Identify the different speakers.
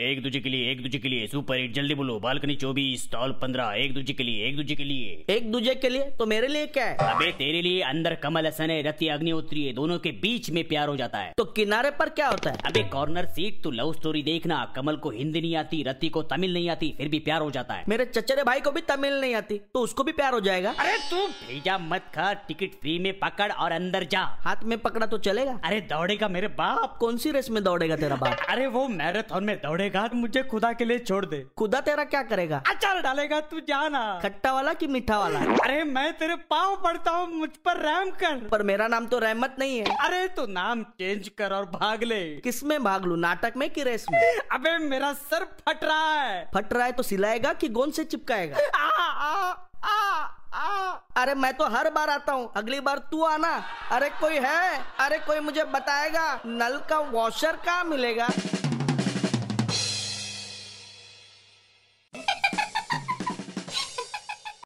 Speaker 1: एक दूजे के लिए एक दूजे के लिए super hit जल्दी बोलो बालकनी चौबीस स्टॉल पंद्रह एक दूजे के लिए एक दूजे के लिए
Speaker 2: एक दूजे के लिए तो मेरे लिए क्या है
Speaker 1: अबे तेरे लिए अंदर कमल हसन है रति अग्निहोत्री है दोनों के बीच में प्यार हो जाता है
Speaker 2: तो किनारे पर क्या होता है
Speaker 1: अबे कॉर्नर सीट तू लव स्टोरी देखना कमल को हिंदी नहीं आती रति को तमिल नहीं आती फिर भी प्यार हो जाता है
Speaker 2: मेरे चचेरे भाई को भी तमिल नहीं आती तो उसको भी प्यार हो जाएगा
Speaker 1: अरे तू भेजा मत खा टिकट फ्री में पकड़ और अंदर जा
Speaker 2: हाथ में पकड़ा तो चलेगा
Speaker 1: अरे दौड़ेगा मेरे बाप
Speaker 2: कौन सी रेस में दौड़ेगा तेरा बाप
Speaker 1: अरे वो मैराथन में दौड़ेगा मुझे खुदा के लिए छोड़ दे
Speaker 2: खुदा तेरा क्या करेगा
Speaker 1: अचार डालेगा तू जाना
Speaker 2: खट्टा वाला कि मीठा वाला
Speaker 1: अरे मैं तेरे पाँव पड़ता हूँ मुझ पर रैम कर
Speaker 2: पर मेरा नाम तो रहमत नहीं है
Speaker 1: अरे तो नाम चेंज कर और भाग ले
Speaker 2: किस में भाग लू नाटक में कि रेस में
Speaker 1: अबे मेरा सर फट रहा है
Speaker 2: फट रहा है तो सिलाएगा कि गोंद से चिपकाएगा
Speaker 1: आ, आ, आ, आ।
Speaker 2: अरे मैं तो हर बार आता हूँ अगली बार तू आना अरे कोई है अरे कोई मुझे बताएगा नल का वॉशर कहाँ मिलेगा